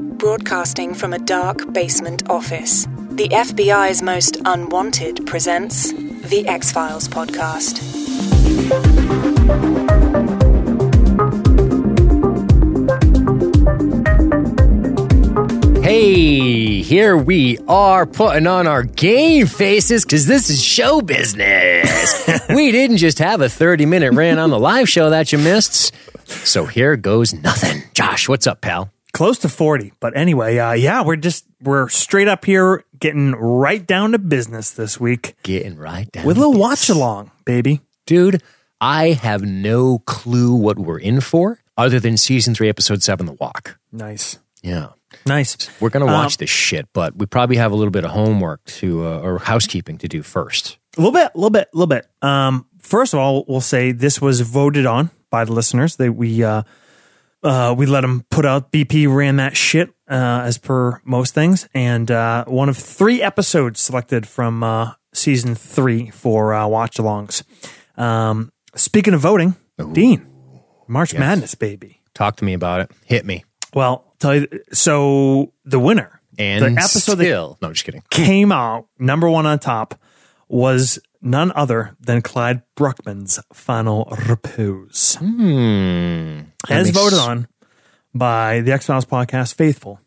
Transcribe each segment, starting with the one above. broadcasting from a dark basement office. The FBI's Most Unwanted presents the X Files podcast. Hey, here we are putting on our game faces because this is show business. we didn't just have a 30 minute rant on the live show that you missed. So here goes nothing. Josh, what's up, pal? close to 40 but anyway uh, yeah we're just we're straight up here getting right down to business this week Getting right down. with a little to watch along baby Dude, I have no clue what we're in for other than season three, episode seven, The Walk. nice Yeah. nice We're going to Um, watch this shit, but we probably have a little bit of homework to, uh, or housekeeping to do first. a little bit a little bit a little bit um first of all we'll say this was voted on by the listeners that we uh uh, we let them put out BP ran that shit uh, as per most things, and uh, one of three episodes selected from uh, season three for uh, watch alongs. Um, speaking of voting, Dean, March Madness, baby. Talk to me about it. Hit me. Well, tell you so the winner And the episode still, no, I'm just kidding. that came out number one on top was none other than Clyde Bruckman's Final Repose, Hmm. as makes- voted on by the X Files podcast faithful.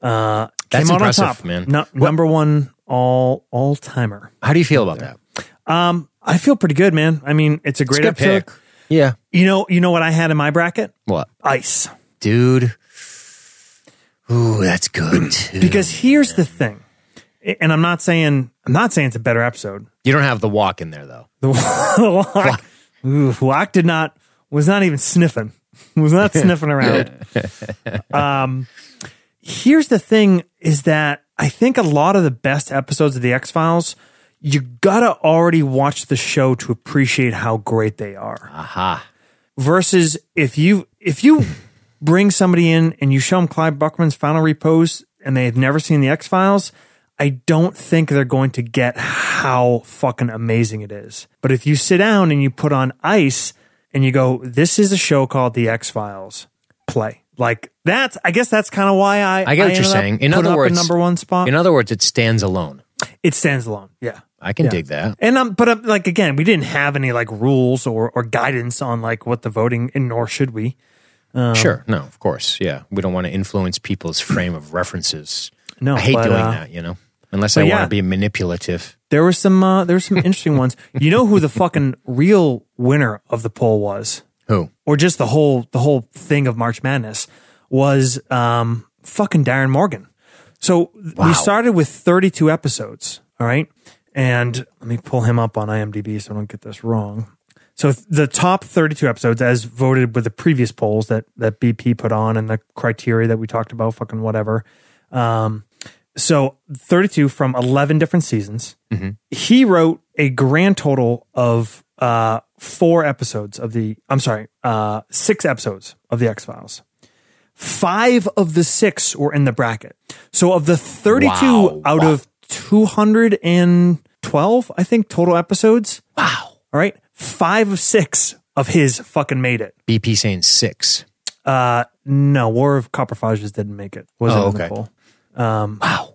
Uh, That's came out on impressive, top, man. No- number one all all timer. How do you feel about that? Um, I feel pretty good, man. I mean, it's a great good episode. pick. Yeah. You know, you know what I had in my bracket? What? Ice. Dude. Ooh, that's good. too. Because here's the thing, and I'm not saying I'm not saying it's a better episode. you don't have the walk in there, though. The, the lock, Ooh, lock did not was not even sniffing. Was not sniffing around. um, here's the thing: is that I think a lot of the best episodes of the X Files, you gotta already watch the show to appreciate how great they are. Aha. Versus if you if you bring somebody in and you show them Clive Buckman's Final Repose and they've never seen the X Files, I don't think they're going to get how fucking amazing it is. But if you sit down and you put on ice and you go, this is a show called the X Files, play. Like that's I guess that's kind of why I I get what you're ended up saying. In putting other up a words- number one spot. In other words, it stands alone. it stands alone. Yeah. I can dig that. And um, but um, like again, we didn't have any like rules or or guidance on like what the voting, and nor should we. Um, sure. No, of course. Yeah. We don't want to influence people's frame of references. No, I hate but, doing uh, that, you know, unless I but want yeah. to be manipulative. There were some uh, there were some interesting ones. You know who the fucking real winner of the poll was, Who? or just the whole the whole thing of March Madness was um, fucking Darren Morgan. So th- Wow. we started with 32 episodes. All right, and let me pull him up on IMDb so I don't get this wrong. So th- the top 32 episodes, as voted with the previous polls that that BP put on and the criteria that we talked about, fucking whatever. Um, so 32 from 11 different seasons. He wrote a grand total of uh, four episodes of the, I'm sorry, uh, six episodes of The X Files. Five of the six were in the bracket. So of the 32 Wow. out of 212, I think, total episodes, Wow. all right, five of six of his fucking made it. BP saying six. Uh, no, War of Copperfages didn't make it. Wasn't Oh, in the okay. Um, poll. Wow.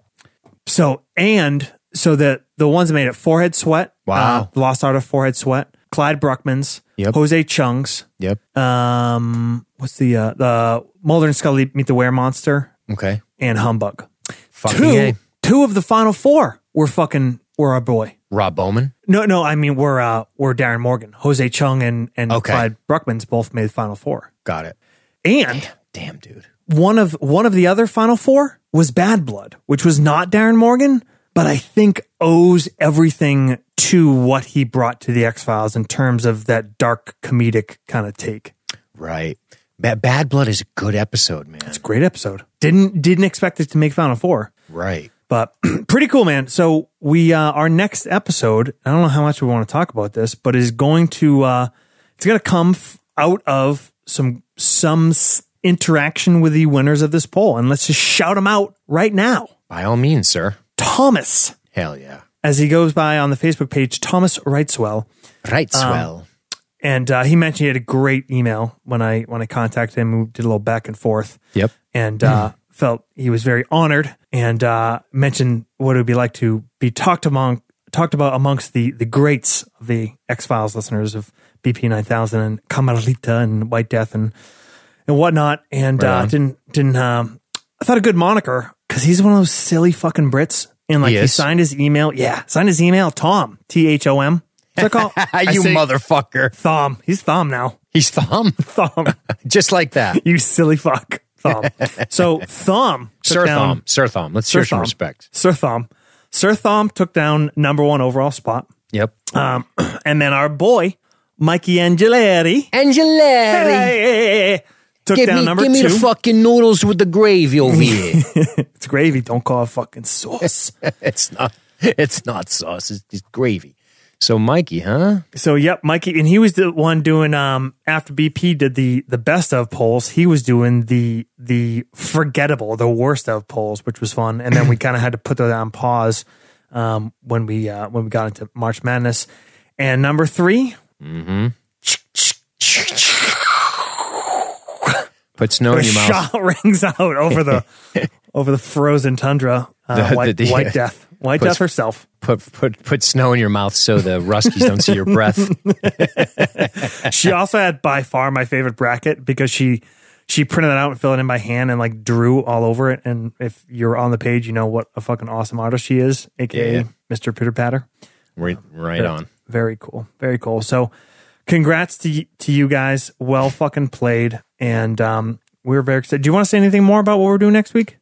So and so the the ones that made it forehead sweat. Wow. uh, Lost Art of Forehead Sweat. Clyde Bruckman's. Yep. Jose Chung's. Yep. Um, what's the uh, the Mulder and Scully meet the Were Monster Okay. E and Humbug. Fucking Two yay. two of the final four were fucking were our boy. Rob Bowman. No, no, I mean we're uh we're Darren Morgan, Jose Chung, and and Okay. Clyde Bruckman's both made the final four. Got it. And Damn, dude. one of one of the other final four was bad blood which was not darren morgan but i think owes everything to what he brought to the x-files in terms of that dark comedic kind of take Right. Bad, Bad Blood is a good episode, man. great episode didn't didn't expect it to make final four right. but pretty cool man so we uh, our next episode i don't know how much we want to talk about this but is going to uh it's going to come f- out of some some s- interaction with the winners of this poll and let's just shout them out right now By all means, sir. Thomas, Hell yeah. as he goes by on the Facebook page, Thomas Wrightswell, Right, Um, swell. and uh, he mentioned he had a great email when I when I contacted him. We did a little back and forth, yep. and uh, felt he was very honored and uh, mentioned what it would be like to be talked among talked about amongst the the greats of the X Files listeners of BP nine thousand and Camarita and White Death and and whatnot. And Right uh, on. didn't didn't um, I thought a good moniker because he's one of those silly fucking Brits. And like He he, is. signed his email, yeah, signed his email Tom T H O M. What's that called? Ah, you say- motherfucker. Thom. He's Thom now. He's thumb. Thom. Just like that. you silly fuck. Thom. So Thom. took Sir down- Thumb. Sir Thumb. Let's Sir hear some Thom. respect. Sir Thom. Sir Thom took down number one overall spot. Yep. Um, and then our boy, Mikey Angeletti, Angeletti. hey, took Give down me, number give me two. the fucking noodles with the gravy over here. it's gravy. Don't call it fucking sauce. it's not. It's not sauce. It's, it's gravy. So Mikey, huh? so, yep, Mikey. And he was the one doing, um, after BP did the, the best of polls, he was doing the, the forgettable, the worst of polls, which was fun. And then we kind of had to put that on pause, um, when we, uh, when we got into March Madness. And number three, Put snow in the your mouth. shot rings out over the over the frozen tundra. Uh, The- White, the- White Death, White Puts- Death herself. Put put put snow in your mouth so the Ruskies don't see your breath. She also had by far my favorite bracket because she she printed it out and filled it in by hand and like drew all over it. And if you're on the page, you know what a fucking awesome artist she is, aka Yeah. Mr. Pitter Patter. Right, right on. Very cool, very cool. So, congrats to y- to you guys. Well fucking played, and um, we're very excited. Do you want to say anything more about what we're doing next week?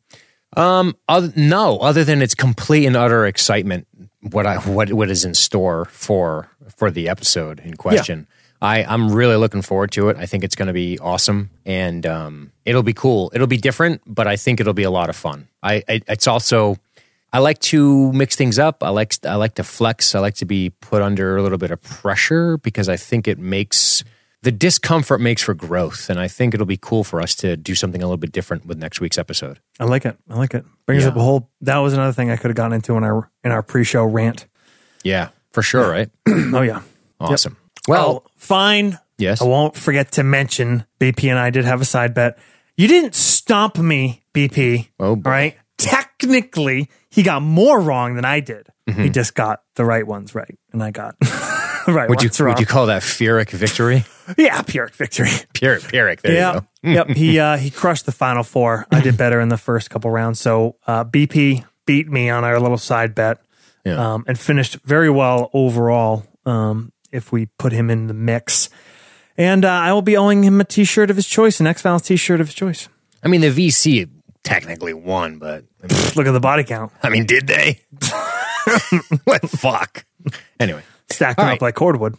Other, no, other than it's complete and utter excitement. What I what what is in store for for the episode in question. I I'm really looking forward to it. I think it's going to be awesome, and um, it'll be cool. It'll be different, but I think it'll be a lot of fun. I, I it's also I like to mix things up. I like I like to flex. I like to be put under a little bit of pressure because I think it makes the discomfort makes for growth, and I think it'll be cool for us to do something a little bit different with next week's episode. I like it. I like it. Brings up a whole. That was another thing I could have gotten into in our in our pre-show rant. Yeah, for sure, right? oh yeah. Awesome. Well, oh, fine. Yes. I won't forget to mention BP and I did have a side bet. You didn't stomp me, BP. Oh, boy. all right. Technically, he got more wrong than I did. Mm-hmm. He just got the right ones right, and I got the right would you ones wrong. would you call that Pyrrhic victory? yeah, Pyrrhic victory. Pyrrhic, Pyrrhic. There you Yeah, go. yep. He uh, he crushed the final four. I did better in the first couple rounds. So uh, BP beat me on our little side bet, Yeah. um, and finished very well overall. Um, if we put him in the mix, and uh, I will be owing him a T-shirt of his choice, an X Files T-shirt of his choice. I mean, the VC technically won, but I mean, Look at the body count I mean did they? what the fuck? Anyway, stacking All right. up like cordwood.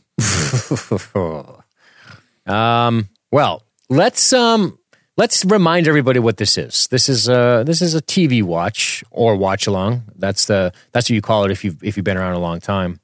um, well, let's um, let's remind everybody what this is. This is uh, this is a TV watch or watch along. That's the that's what you call it if you've if you've been around a long time.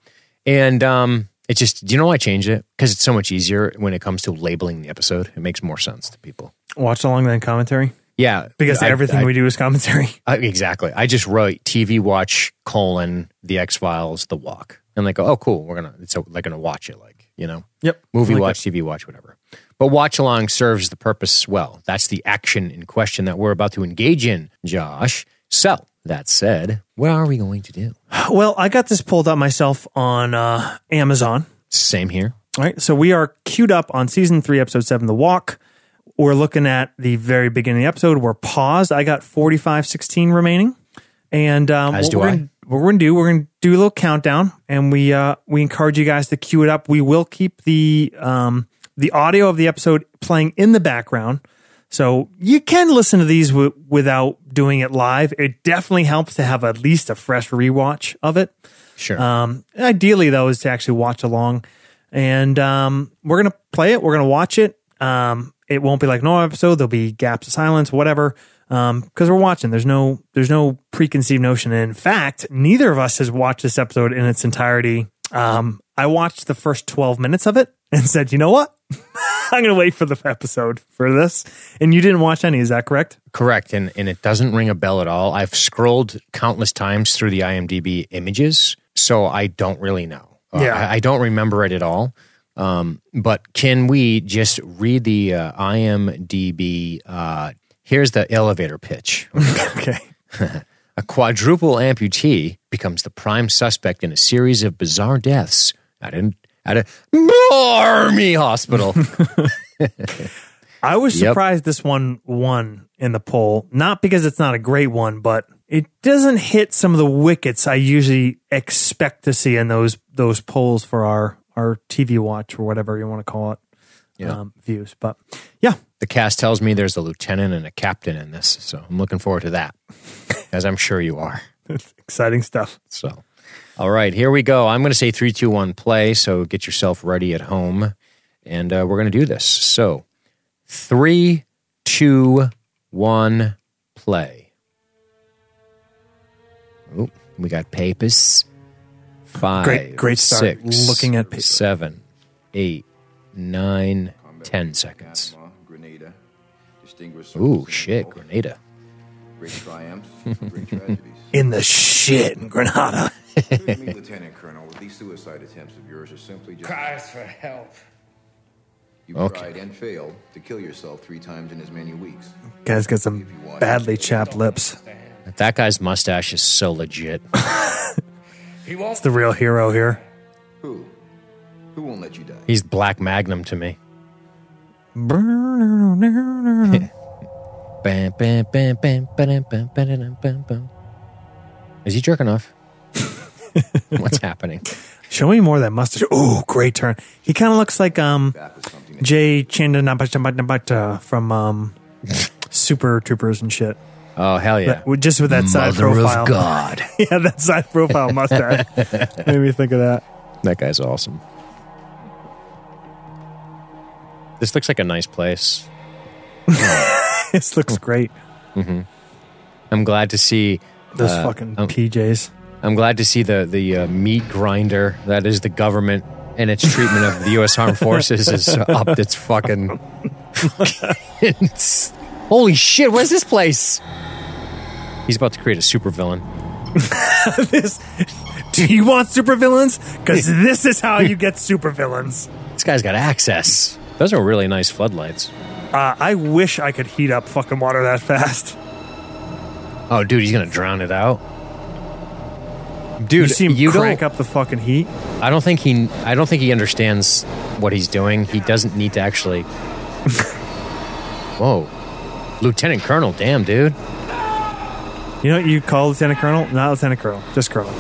And um, it just do you know why I changed it? Because it's so much easier when it comes to labeling the episode. It makes more sense to people. Watch along then commentary Yeah, because I- everything I- we do is commentary. I- exactly. I just wrote TV watch colon the X Files the Walk, and like oh cool, we're gonna it's like gonna watch it like you know Yep. movie Like watch, TV watch, whatever. But watch along serves the purpose well. That's the action in question that we're about to engage in, Josh. So that said, what are we going to do? that. Well, I got this pulled up myself on uh, Amazon. Same here. All right. So we are queued up on season three, episode seven, The Walk. We're looking at the very beginning of the episode. We're paused. I got 45 16 remaining. And um, As what do we're I. Gonna, what we're going to do, we're going to do a little countdown and we uh, we encourage you guys to queue it up. We will keep the um, the audio of the episode playing in the background. So you can listen to these w- without doing it live. It definitely helps to have at least a fresh rewatch of it. Sure. Um, ideally, though, is to actually watch along, and um, we're gonna play it. We're gonna watch it. Um, it won't be like no episode. There'll be gaps of silence, whatever, because we're watching. There's no there's no preconceived notion. And in fact, neither of us has watched this episode in its entirety. Um, I watched the first twelve minutes of it and said, you know what. I'm going to wait for the episode for this. And you didn't watch any, is that correct? Correct. And, and it doesn't ring a bell at all. I've scrolled countless times through the IMDb images, so I don't really know. Uh, Yeah. I, I don't remember it at all. Um, but can we just read the uh, IMDb uh, Here's the elevator pitch. Okay. A quadruple amputee becomes the prime suspect in a series of bizarre deaths at an at a army hospital. I was Yep. surprised this one won in the poll, not because it's not a great one, but it doesn't hit some of the wickets I usually expect to see in those those polls for our our TV watch or whatever you want to call it Yeah. um, views. But yeah, the cast tells me there's a lieutenant and a captain in this, so I'm looking forward to that, as I'm sure you are. exciting stuff. So, all right, here we go. I'm going to say three, two, one, play. So get yourself ready at home, and uh, we're going to do this. So, three, two, one, play. Oh, we got papers. Five, Great- great start six, looking at papers. Seven, eight, nine, ten seconds. Grenada. Distinguished Ooh, service in shit, the war, Grenada. Great triumphs, great tragedies. In the shit in Granada. Excuse me, Lieutenant Colonel, these suicide attempts of yours are simply just. cries for help. You Okay. tried and failed to kill yourself three times in as many weeks. Guys got some badly chapped lips. That guy's mustache is so legit. He won't. It's the real hero here. Who? Who won't let you die? He's Black Magnum to me. Bam, bam, bam, bam, ba-dum, bam, ba-dum, bam, bam. Is he jerking off? What's happening? Show me more of that mustache. Ooh, great turn. He kind of looks like um Back with something that Jay Chandanabhatabhatabhata from um Super Troopers and shit. Oh hell yeah! That- with- just with that side Mother profile. of God, yeah, that side profile mustache. Made me think of that. that guy's awesome. This looks like a nice place. This looks great. I'm glad to see. Those uh, fucking I'm, PJs. I'm glad to see the the uh, meat grinder that is the government and its treatment of the U.S. Armed Forces is up its fucking. holy shit! Where's this place? He's about to create a supervillain. this Do you want supervillains? Cuz this is how you get supervillains. This guy's got access. Those are really nice floodlights. Uh, I wish I could heat up fucking water that fast. Oh, dude, he's gonna drown it out. Dude, you see him you crank don't, up the fucking heat. I don't think he. I don't think he understands what he's doing. He doesn't need to actually. Whoa, Lieutenant Colonel, damn dude, You know what you call Lieutenant Colonel? Not Lieutenant Colonel, just Colonel,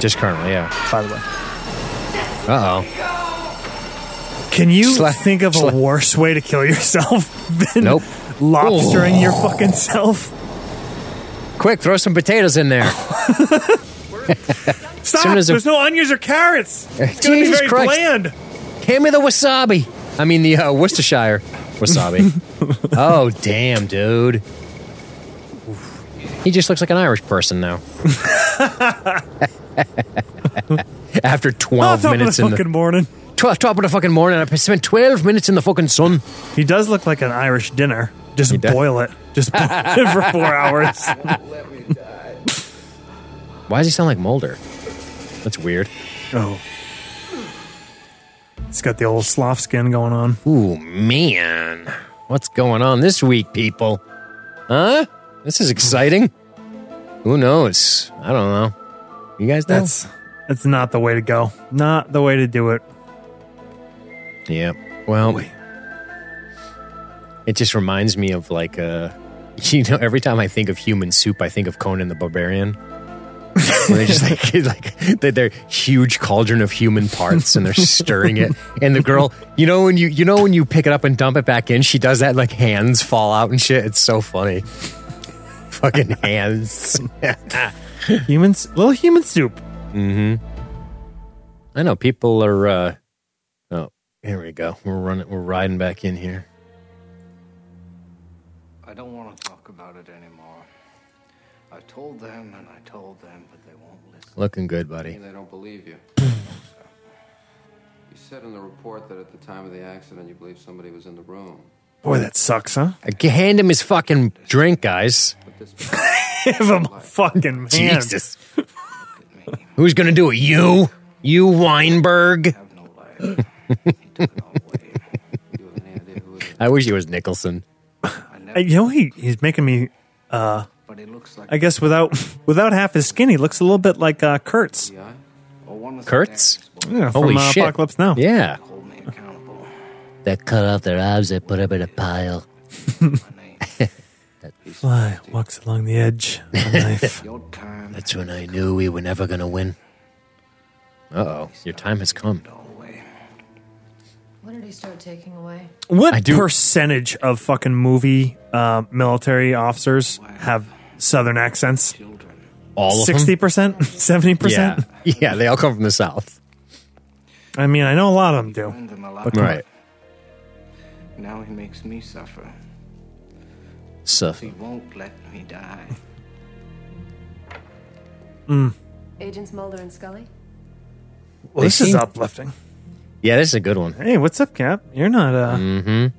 just Colonel, yeah. by the way. Uh oh, Can you Sla- think of sla- a worse way to kill yourself than Nope. lobstering your fucking self? quick, throw some potatoes in there. Stop! soon as a- There's no onions or carrots. It's gonna Jesus be Christ. very bland. Hand me the wasabi. I mean the uh, Worcestershire wasabi. oh damn, dude. He just looks like an Irish person now. After Oh, twelve top of the minutes in the fucking morning. twelve top of the fucking morning, I spent twelve minutes in the fucking sun. He does look like an Irish dinner. Just does. boil it. Just boil it for four hours. Ah. won't let me die. Why does he sound like Mulder? That's weird. Oh. It's got the old sloth skin going on. Ooh man, what's going on this week, people? Huh? This is exciting. Who knows? I don't know. You guys know? That's that's not the way to go. Not the way to do it. Yeah. Well, it just reminds me of like uh you know every time I think of human soup, I think of Conan the Barbarian. When they're just like like they're, they're huge cauldron of human parts and they're stirring it and the girl you know when you you know when you pick it up and dump it back in she does that and, like hands fall out and shit it's so funny fucking hands Humans, little human soup. I know people are. uh Oh, here we go. We're running. We're riding back in here. I don't want to talk about it anymore. I told them and I told them, but they won't listen. Looking good, buddy. They don't believe you. you said in the report that at the time of the accident you believed somebody was in the room. Boy, that sucks, huh? G- Hand him his fucking drink, guys. But this Give him a fucking man. Jesus. Who's going to do it? You? You, Weinberg? I have no life. he took it all away. you have any idea who it is? I wish it was Nicholson. I Uh, You know, he, he's making me. But he looks like I guess without without half his skin, he looks a little bit like uh, Kurtz. The eye? or one with Kurtz? Yeah, from Holy uh, shit. Apocalypse Now. Yeah. Hold me accountable. That cut off their arms, they put them in a pile. My name. Fly walks along the edge. of A knife. Your time That's when I knew we were never going to win. Uh oh. Your time has come. away. What did he start taking away? I what do- percentage of fucking movie uh, military officers have Southern accents? All of Sixty them? percent, seventy percent. Yeah. yeah, they all come from the South. I mean, I know a lot of them do. Burned them alive. Right. Now he makes me suffer. So, He won't let me die. Agents Mulder and Scully? Well, this is seem- uplifting. yeah, this is a good one. Hey, what's up, Cap? You're not. Uh, Mm.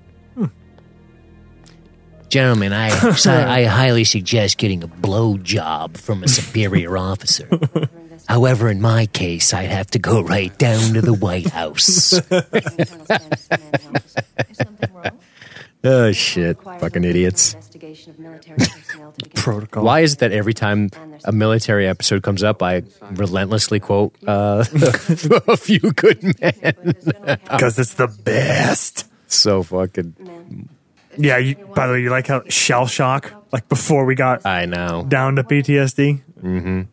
Gentlemen, I, I highly suggest getting a blow job from a superior officer. However, in my case, I'd have to go right down to the White House. Internal standards and manuals. Is something wrong? oh, shit. Requires Fucking an idiots. Investigation of military personnel to begin. protocol. Why is it that every time a military episode comes up, I relentlessly quote uh, a few good men? Uh, Because it's the best. So fucking. Yeah. You, by the way, you like how shell shock? Like before we got I know. down to PTSD.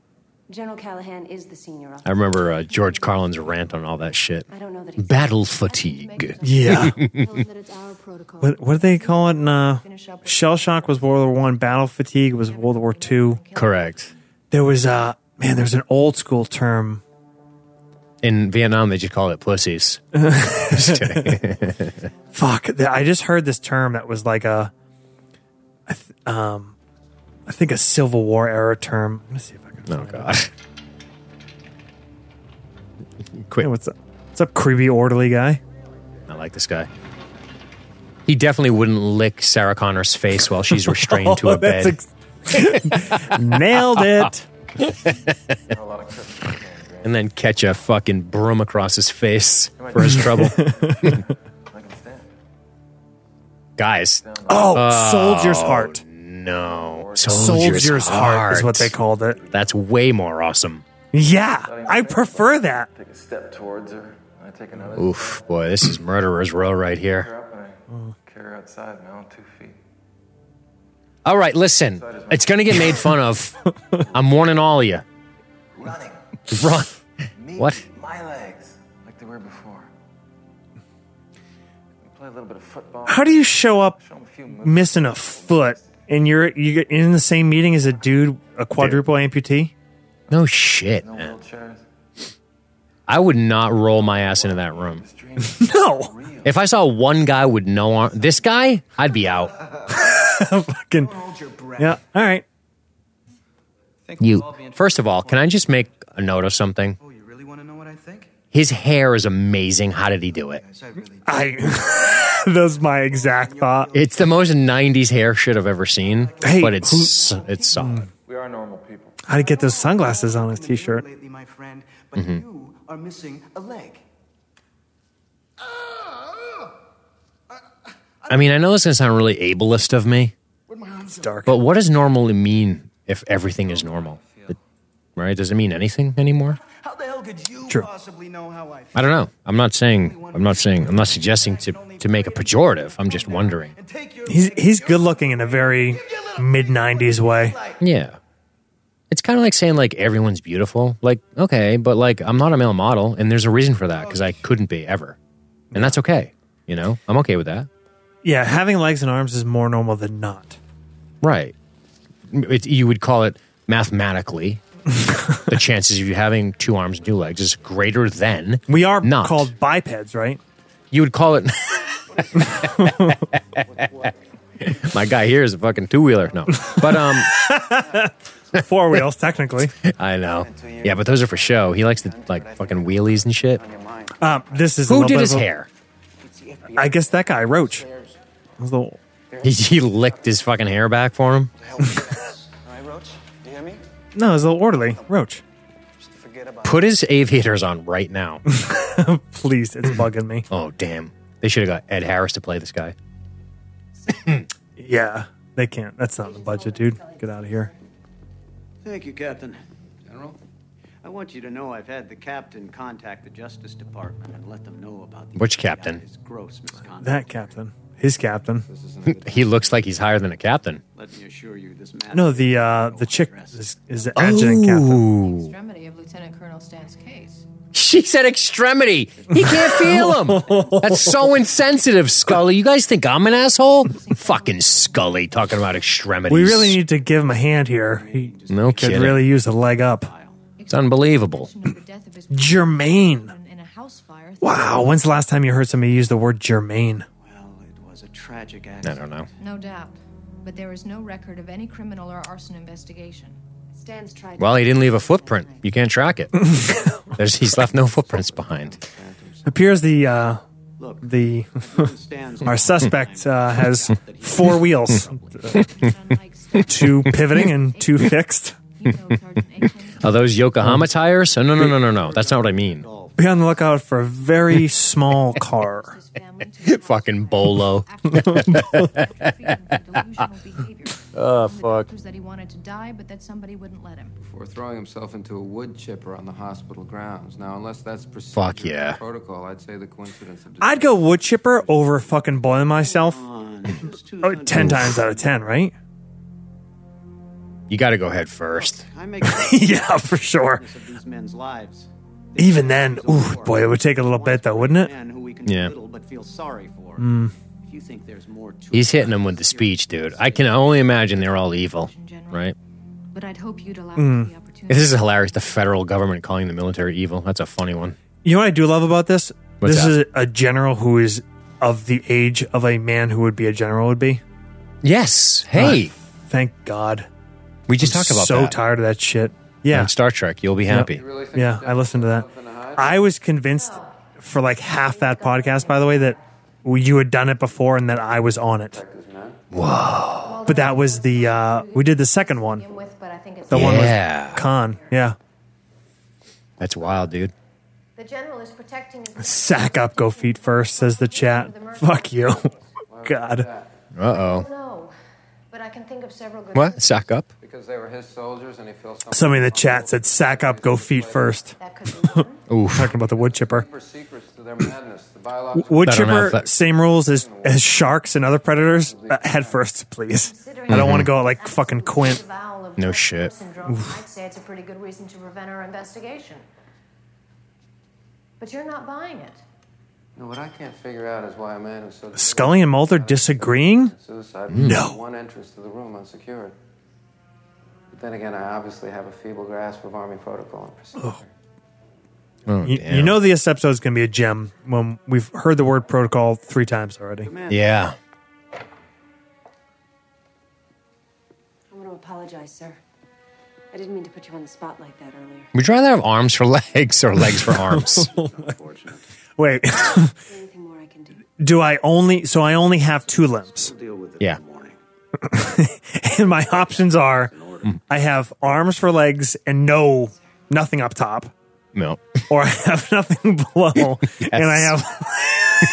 General Callahan is the senior I officer. remember uh, George Carlin's rant on all that shit. I don't know that he's Battle fatigue. Yeah. that it's our protocol. what what do they call it? In, uh, shell shock was World War One. Battle fatigue was World War Two. Correct. There was uh man. There's an old school term. In Vietnam, they just called it pussies. Just kidding. Fuck. th- I just heard this term that was like a, I th- um, I think a Civil War era term. Let me see if I can. Oh find it. god. Hey, Quick. what's up? What's up, creepy orderly guy? I like this guy. He definitely wouldn't lick Sarah Connor's face while she's restrained to a bed. Oh, ex- nailed it. and then catch a fucking broom across his face for his trouble. Guys, Oh, soldier's heart. no. Soldier's, heart. is what they called it. That's way more awesome. Yeah, I prefer that. Take a step towards her. and I take another Oof, boy, this is murderer's row right here. step and I carry her outside now, two feet. All right, listen. It's going to get made fun of. I'm warning all of you. Running. Run. Me, What? My legs, like they were before. We play a little bit of football. How do you show up Show 'em a few moves. missing a foot and you're you get in the same meeting as a dude, a quadruple amputee? No shit, No man. wheelchairs. I would not roll my ass into that room. This dream is No, real. If I saw one guy with no arm, this guy, I'd be out. fucking Hold your breath. yeah. All right, Think You. we'll all be in- First of all, can I just make a note of something? Oh, you really want to know what I think? His hair is amazing. How did he do it? Yes, I really. I. That's my exact thought. It's the most '90s hair shit I've ever seen, Hey, but it's it's solid. We are normal people. How to get those sunglasses on his t-shirt? Mm-hmm. Lately, my friend, but you are missing a leg. I mean, I know this is gonna sound really ableist of me, It's dark. but what does normally mean if everything is normal? It- right? Does it mean anything anymore? How the hell could you True. possibly know how I feel? I don't know. I'm not saying. I'm not saying. I'm not suggesting to to make a pejorative. I'm just wondering. And take your He's leg he's and good looking in a very mid '90s way. Yeah. It's kind of like saying like everyone's beautiful. Like okay, but like I'm not a male model, and there's a reason for that because I couldn't be ever, and that's okay. You know, I'm okay with that. Yeah, having legs and arms is more normal than not. Right. It, you would call it mathematically. the chances of you having two arms and two legs is greater than We are not called bipeds, right? You would call it. My guy here is a fucking two wheeler. No, but um, Four wheels, technically. I know. Yeah, but those are for show. He likes the like fucking wheelies and shit. Um, this is a Who little did bit his of a- hair? I guess that guy Roach. Was the- He, he licked his fucking hair back for him. All right, Roach, you hear me? No, it was the orderly Roach. Just forget about Put his aviators on right now. Please, it's bugging me. oh damn! They should have got Ed Harris to play this guy. Yeah, They can't. That's not in the budget, dude. Get out of here. Thank you, Captain. General? I want you to know I've had the captain contact the Justice Department and let them know about the Which FBI 's captain? gross misconduct. That captain. His captain. This isn't a good He looks like he's higher than a captain. Let me assure you, this matter. No, the uh, the chick Dress. is, is the adjutant captain. Ooh. Extremity of Lieutenant Colonel Stan's case. She said extremity. He can't feel him. That's so insensitive, Scully. You guys think I'm an asshole? Fucking Scully talking about extremities. We really need to give him a hand here. He No could kidding. really use a leg up. It's unbelievable. Mention of the death of his Germaine. in a house fire. Wow. When's the last time you heard somebody use the word germane? Well, it was a tragic I accident. don't know. No doubt. But there is no record of any criminal or arson investigation. Stan's tried. Well, he didn't leave a footprint. You can't track it. There's, he's left no footprints behind. Appears the uh, Look, the it stands our suspect uh, has four wheels, But unlike Stan, two pivoting and two fixed. you know Sergeant Aitken Are those Yokohama tires? Oh, no, no, no, no, no. That's not what I mean. Be on the lookout for a very small car. his family to the Fucking Bolo. Ah, Oh, fuck. That he wanted to die, but that somebody wouldn't let him. for throwing himself into a wood chipper on the hospital grounds. Now, unless that's procedure Fuck yeah. or protocol, I'd say the coincidence of I'd go wood chipper over fucking boiling myself oh, ten times out of ten, right? You got to go head first. I make sense yeah, for sure. of these men's lives. Even then, ooh, boy, it would take a little bit though, wouldn't it? Man who we can Yeah. little but feel sorry for. Mm. If you think there's more to He's it, hitting them with the speech, dude. I can only imagine they're all evil, right? But I'd hope you'd allow Mm. me the opportunity. This is hilarious. The federal government calling the military evil. That's a funny one. You know what I do love about this? What's this is that? a general who is of the age of a man who would be a general would be. Yes. Hey, Thank God. we just talked about so that. tired of that shit. Yeah, On Star Trek, you'll be happy. yeah. I listened to that. I was convinced for like half that podcast, by the way, that you had done it before and that I was on it. Whoa! But that was the uh, we did the second one, With, but I think it's the one Yeah. with Khan. Yeah, That's wild, dude. the general is protecting. his- sack up, go feet first, says the chat. Fuck you, God. Uh oh. No, but I can think of several good. What? Sock up? Because they were his soldiers and he feels something. Somebody in the chat said, "Sack up, go feet first. That could be one. Talking about the wood chipper. Super secrets to their madness. The biological. Wood I don't know if chipper, that- same rules as, as sharks and other predators. Uh, head first, please. I Mm-hmm. don't want to go like fucking Quint. Disavowal of No Jackson shit. syndrome, I'd say it's a pretty good reason to prevent our investigation. But you're not buying it. No, what I can't figure out is why a man who's so. Scully and Mulder disagreeing? Suicide. No. One entrance to the room unsecured. But then again, I obviously have a feeble grasp of army protocol and procedure. Oh, You, damn. you know this episode's going to be a gem when we've heard the word protocol three times already. Yeah. I want to apologize, sir. I didn't mean to put you on the spot like that earlier. Would you rather have arms for legs or legs for arms? Wait, Is there anything more I can do? do I only, so I only have two limbs. Deal with it Yeah. in the morning. And my options are Hmm. I have arms for legs and no, nothing up top, No. or I have nothing below, and I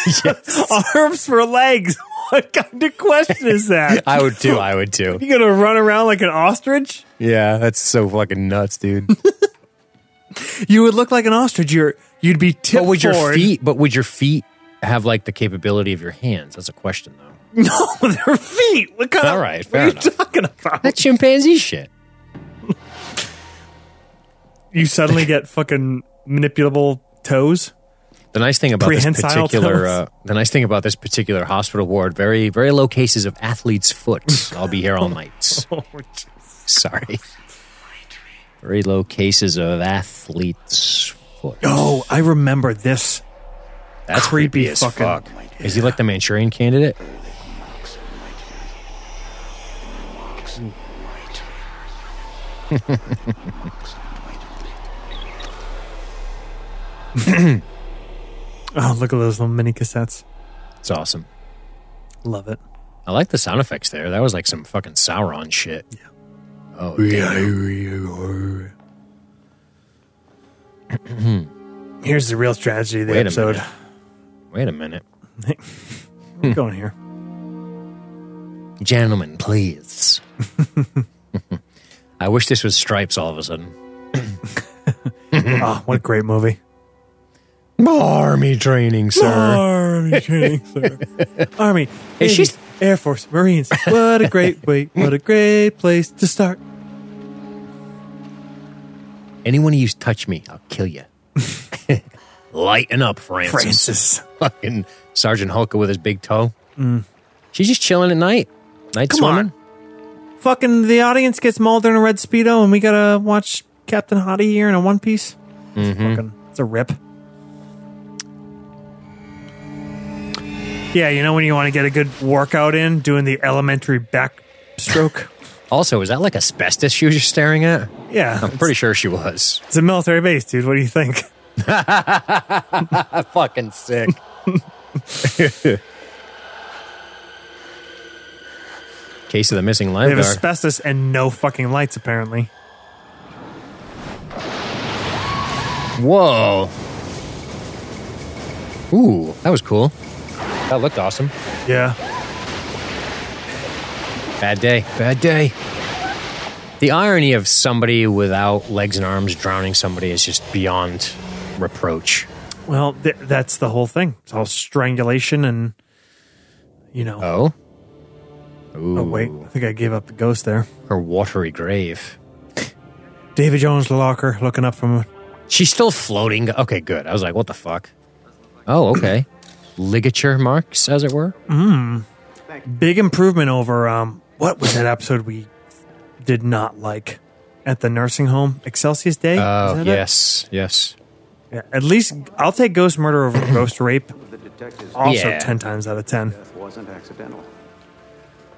have arms for legs. What kind of question is that? I would too. I would too. You gonna run around like an ostrich? Yeah, that's so fucking nuts, dude. You would look like an ostrich. You're you'd be tipped but would your forward. feet? But would your feet have like the capability of your hands? That's a question, though. No, their feet. What kind All of, right, what fair are you enough. talking about? That chimpanzee shit. you suddenly get fucking manipulable toes. The nice thing about this Prehensile particular uh, toes. the nice thing about this particular hospital ward very very low cases of athlete's foot. I'll be here all night. Sorry. Very low cases of athlete's foot. Oh, I remember this. That's creepy creepy, as fucking- fuck. Is he like the Manchurian candidate? Oh, look at those little mini cassettes. It's awesome. Love it. I like the sound effects there. That was like some fucking Sauron shit. Yeah. Oh, Here's the real tragedy of the Wait a episode. minute. Wait a minute. We're going here. Gentlemen, please. I wish this was Stripes all of a sudden. oh, what a great movie. Army training, sir. Army training, sir. Army. Hey, she's- Navy, Air Force, Marines. What a great wait. What a great place to start. Anyone you touch me, I'll kill you. Lighten up, Francis. Francis. Fucking Sergeant Hulk with his big toe. Mm. She's just chilling at night. Night Come swimming. Fucking the audience gets mauled in a red Speedo and we gotta watch Captain Hottie here in a one piece. Mhm. Fucking, it's a rip. Yeah, you know when you want to get a good workout in, doing the elementary backstroke? Also, is that like asbestos she was just staring at? Yeah. I'm pretty sure she was. It's a military base, dude. What do you think? Fucking sick. Case of the missing They lifeguard. have asbestos and no fucking lights, apparently. Whoa. Ooh, that was cool. That looked awesome. Yeah. Bad day. Bad day. The irony of somebody without legs and arms drowning somebody is just beyond reproach. Well, th- that's the whole thing. It's all strangulation and, you know. Oh. Ooh. Oh, wait. I think I gave up the ghost there. Her watery grave. David Jones Locker looking up from. She's still floating. Okay, good. I was like, what the fuck? Oh, okay. Ligature marks, as it were. Mmm. Big improvement over um, what was that episode we did not like at the nursing home? Excelsius Day? Is Oh, that it? yes. Yes. Yeah, at least I'll take ghost murder over ghost rape. Also, Yeah. 10 times out of 10. Death wasn't accidental.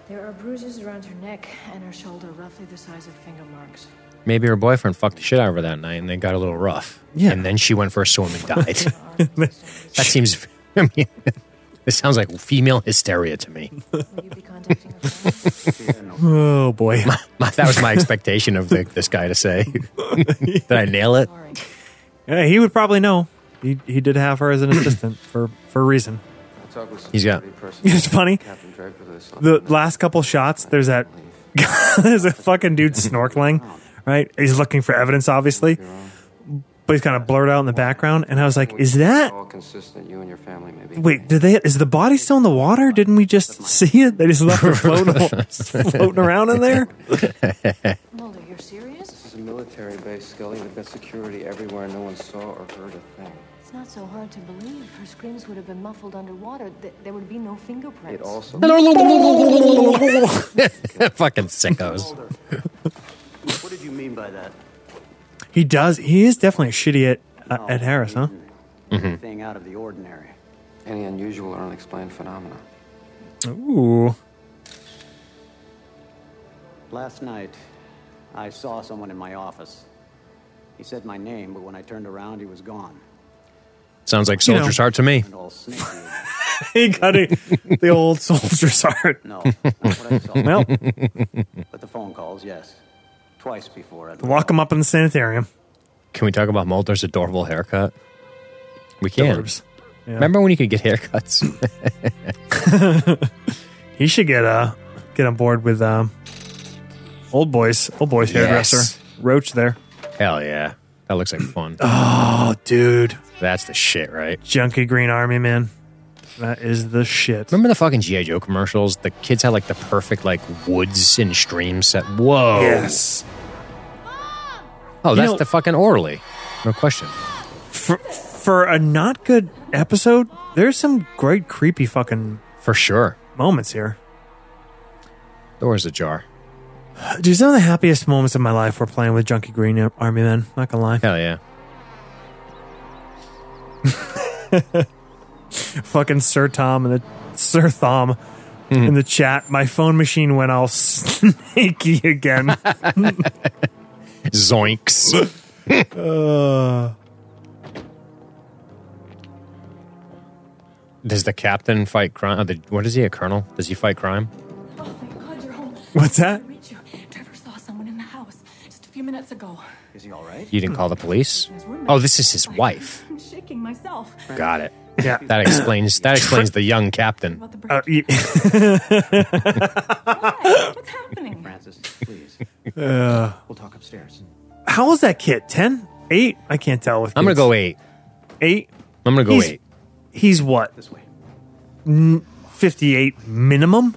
There are bruises around her neck and her shoulder, roughly the size of finger marks. Maybe her boyfriend fucked the shit out of her that night and they got a little rough. Yeah. And then she went for a swim and died. that seems, I mean, this sounds like female hysteria to me. Will you be contacting her? Oh, boy. My, my, that was my expectation of the, this guy to say. Did I nail it? Yeah, he would probably know. He, he did have her as an assistant for, for a reason. I talked with some He's got- security personnel. It's funny. Captain Draper this The last couple shots, there's that. there's a fucking dude snorkeling, right? He's looking for evidence, obviously, but he's kind of blurred out in the background. And I was like, "Is that? all consistent? You and your family may be. Wait, did they? Is the body still in the water? Didn't we just see it? They just left it floating, floating around in there. Mulder, you're serious? This is a military base, Scully. They've got security everywhere. No one saw or heard a thing. It's not so hard to believe. Her screams would have been muffled underwater. Th- there would be no fingerprints. Oh, It also. Fucking sickos. What did you mean by that? He does. He is definitely shitty at uh, at Harris, huh? Anything out of the ordinary. Any unusual or unexplained phenomena. Ooh, Last night, I saw someone in my office. He said my name, but when I turned around, he was gone. Sounds like You know. soldier's heart to me. And all snaky. he got it. the old soldier's heart. No, not what I saw. Well, But the phone calls, yes. Twice before. I'd lock him up in the sanitarium. Can we talk about Mulder's adorable haircut? We can. Dorbs. Yeah. Remember when you could get haircuts? He should get uh get on board with um old boys, old boys hairdresser Yes. Roach there. Hell yeah. That looks like fun. Oh, dude, That's the shit, right? junky green army man, that is the shit. Remember the fucking GI Joe commercials? The kids had like the perfect like woods and streams set. Whoa! Yes, Oh, that's know- the fucking orally. No question. for, for a not good episode, there's some great creepy fucking For sure. moments here. Doors ajar. Dude, some of the happiest moments of my life were playing with junky green army men. Not gonna lie, Hell yeah. fucking Sir Tom and the Sir Thom. Mm-hmm. In the chat, my phone machine went all snaky again. Zoinks. uh, Does the captain fight crime? Uh, the, what is he, a colonel? Does he fight crime? Oh, thank God you're home. What's that? Reach you. Trevor saw someone in the house just a few minutes ago. Is he all right? You didn't call the police? Oh, this is Oh, his wife. I'm shaking myself. Got it. Yeah. That explains that explains the young captain. Uh, ye- What's happening? Francis, please. Uh, We'll talk upstairs. how old's that kid? 10? 8? I can't tell. With I'm gonna kids. go eight. Eight? I'm gonna go He's- eight. He's what? This way. 58 minimum?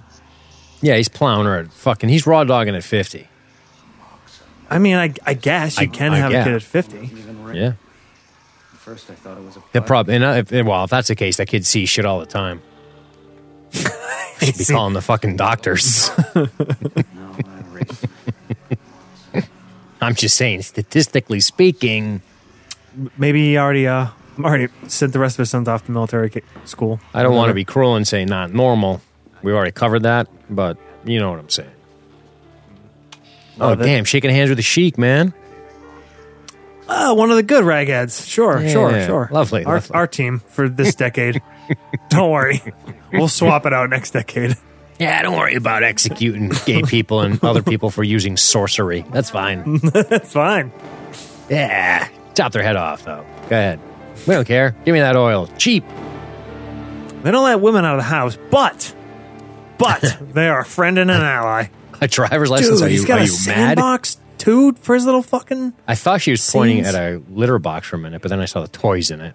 Yeah, he's plowing her at fucking. He's raw dogging at fifty. I mean, I, I guess you I- can I have guess. a kid at 50. Yeah, At First, I thought it was a. that probably. And I- if, well, if that's the case, that kid sees shit all the time. Should be calling the fucking doctors. I'm just saying, statistically speaking, Maybe he already uh already sent the rest of his sons off to military ca- school. I don't want to be cruel and say not normal. We already covered that, but you know what I'm saying. Oh, Love it. damn, shaking hands with the sheik, man. Uh, one of the good ragheads. Sure, Yeah, sure, yeah. sure. Lovely, Our, lovely. our team for this decade. don't worry. We'll swap it out next decade. Yeah, don't worry about executing gay people and other people for using sorcery. That's fine. That's fine. Yeah. Chop their head off, though. Go ahead. We don't care. Give me that oil. Cheap. They don't let women out of the house, but but they are a friend and an ally. A driver's license. Dude, are he's you, got are a you mad? sandbox too for his little fucking. I thought she was pointing Scenes. at a litter box for a minute, but then I saw the toys in it.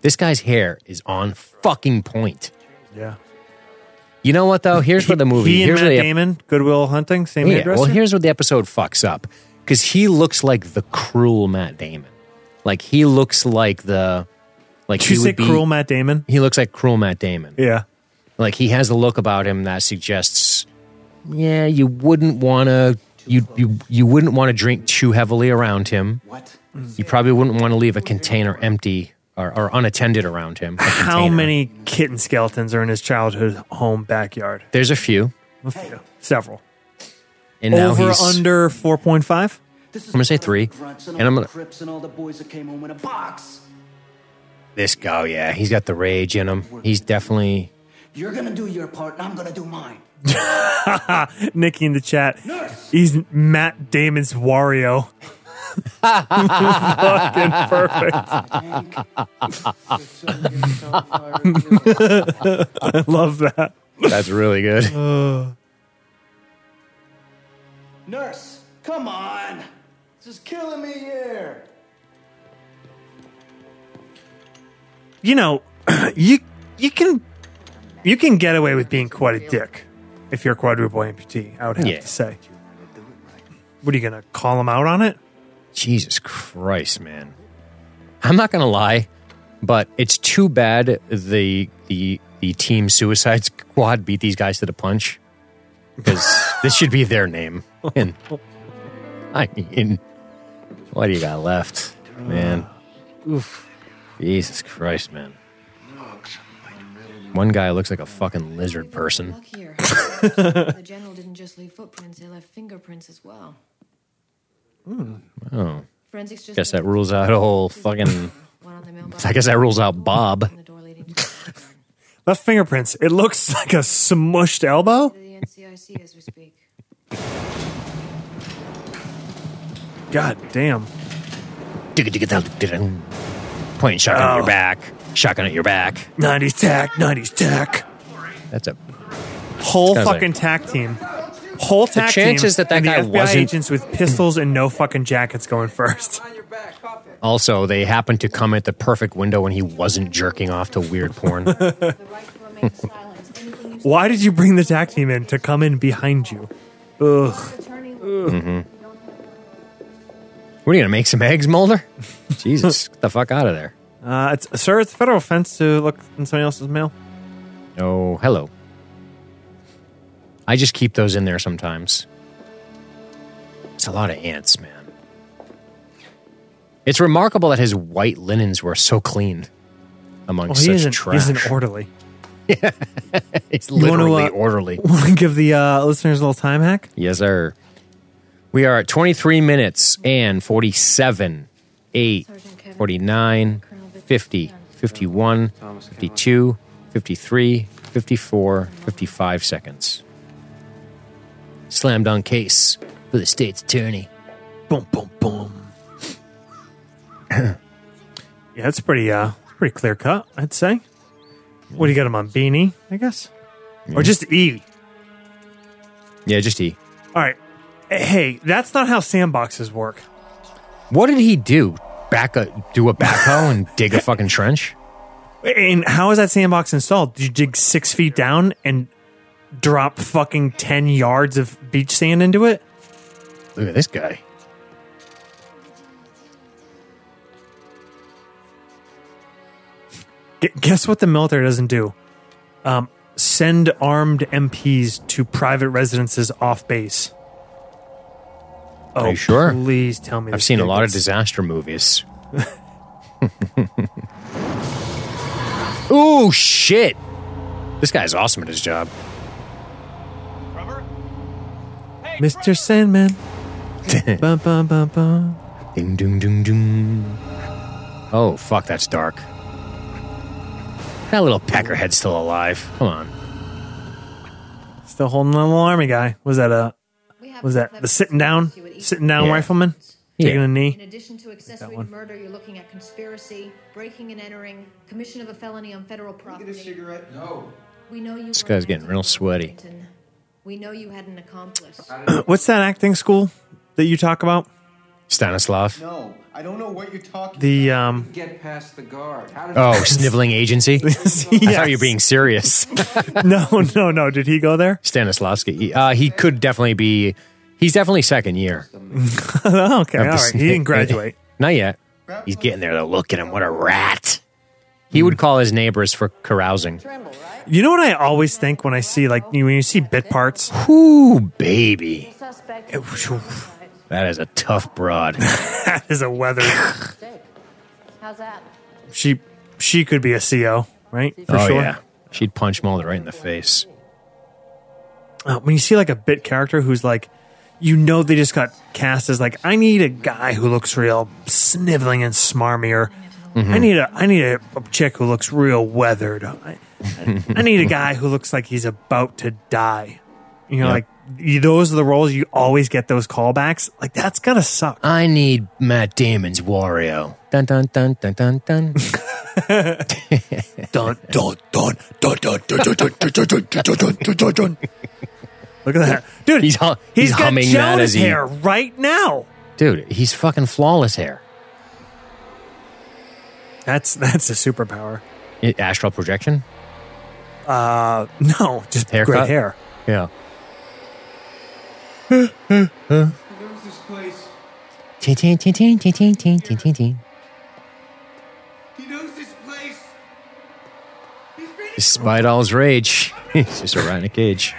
This guy's hair is on fucking point. Yeah. You know what, though? Here's where the movie. He and here's Matt where the Damon, Goodwill Hunting, same Yeah, hairdresser. well, here's where the episode fucks up because he looks like the cruel Matt Damon. Like he looks like the like Did you he say would be, cruel Matt Damon? He looks like cruel Matt Damon. Yeah. Like he has a look about him that suggests, yeah, you wouldn't want to you you you wouldn't want to drink too heavily around him. What? You probably wouldn't want to leave a container empty or, or unattended around him. a How container. many kitten skeletons are in his childhood home backyard? There's a few, A few. Several. and now Over he's. under 4.5? This is gonna say three, grunts and all I'm the gonna- Crips and all the boys that came home in a box. This guy, yeah, he's got the rage in him. He's definitely You're gonna do your part, and I'm gonna do mine. Nikki in the chat. He's Matt Damon's Wario. Fucking perfect. I love that. that's really good. Nurse, come on. This is killing me here. You know, you you can you can get away with being quite a dick if you're a quadruple amputee, I would have Yeah. to say. What are you gonna call him out on it? Jesus Christ, man. I'm not gonna lie, but it's too bad the the the team Suicide Squad beat these guys to the punch because this should be their name. And I mean, what do you got left, man? Oof. Jesus Christ, man. One guy looks like a fucking lizard person. Look here. the general didn't just leave footprints, he left fingerprints as well. Oh, Forensics just guess that rules out a whole fucking. One on the mailbox. I guess that rules out Bob. and the door leading to the Left fingerprints. It looks like a smushed elbow. NCIC as we speak. God damn. Pointing shotgun at Oh. your back. Shotgun at your back. 90s tack, 90s tack. That's a. Whole Sounds like- fucking tack team. Whole tack team. chances that that and the guy FBI wasn't- agents with pistols and no fucking jackets going first. Also, they happened to come at the perfect window when he wasn't jerking off to weird porn. The right to remain silent. Anything you Why did you bring the tack team in to come in behind you? Ugh. attorney what are you gonna make some eggs, Mulder? Jesus, get the fuck out of there! Uh, it's, sir, it's a federal offense to look in somebody else's mail. Oh, hello. I just keep those in there sometimes. It's a lot of ants, man. It's remarkable that his white linens were so clean among Well, he such isn't, trash. he's an orderly. it's wanna, literally uh, orderly. Want to give the uh, listeners a little time hack? Yes, sir. We are at 23 minutes and 47, 8, 49, 50, 51, 52, 53, 54, 55 seconds. Slam dunk case for the state's attorney. Boom, boom, boom. yeah, it's pretty, uh, Pretty clear cut, I'd say. What do you got him on? Beanie, I guess? Or just E? Yeah, just he. All right. Hey, that's not how sandboxes work. What did he do? Back a do a backhoe and dig a fucking trench? And how is that sandbox installed? Did you dig six feet down and drop fucking 10 yards of beach sand into it? Look at this guy. Gu- guess what the military doesn't do? Um, send armed MPs to private residences off base. Oh, Are you sure? Please tell me. I've this seen a lot of gets- disaster movies. Ooh, shit. This guy's awesome at his job. Mr. Sandman. Bum, bum, bum, bum. Ding, ding, ding, ding. Oh, fuck, that's dark. That little peckerhead's still alive. Come on. Still holding the little army guy. Was that a? Was that the sitting down, sitting down Yeah. rifleman taking a knee? In addition to accessory to murder, you're looking at conspiracy, breaking and entering, commission of a felony on federal property. No. We know you. This were guy's an getting real sweaty. actor. We know you had an accomplice. What's that acting school that you talk about? Stanislav. No, I don't know what you're talking. The um. Get past the guard. How did Oh, sniveling agency? I thought you were being serious. no, no, no. Did he go there? Stanislavski. Uh, he could definitely be. He's definitely second year. oh, okay, all of the right. He sniveling- didn't graduate. Not yet. He's getting there though. Look at him. What a rat. He Hmm. would call his neighbors for carousing. You know what I always think when I see like when you see bit parts. Ooh, baby. Suspect. That is a tough broad. That is a weather. How's that? she she could be a CO, right? For oh, sure. yeah. She'd punch Mulder right in the face. Uh, when you see like a bit character who's like, you know, they just got cast as like, I need a guy who looks real sniveling and smarmier. I need a I need a, a chick who looks real weathered. I, I need a guy who looks like he's about to die. You know, Yeah. like you, those are the roles you always get those callbacks. Like that's gonna suck. I need Matt Damon's Wario. Dun dun dun dun dun dun. Dun dun dun dun dun dun dun dun dun dun dun dun dun dun dun. Look at that, dude. He's hu- he's got humming that Jonas as he- hair right now. Dude, he's fucking flawless hair. That's that's a superpower. I- Astral projection? Uh, no, just Haircut? great hair. Yeah. Oh. There was this place. Tin, tin, tin, tin, tin, tin, tin, tin, tin, tin. He knows this place. He's been Despite all his rage, he's just a rat in a cage.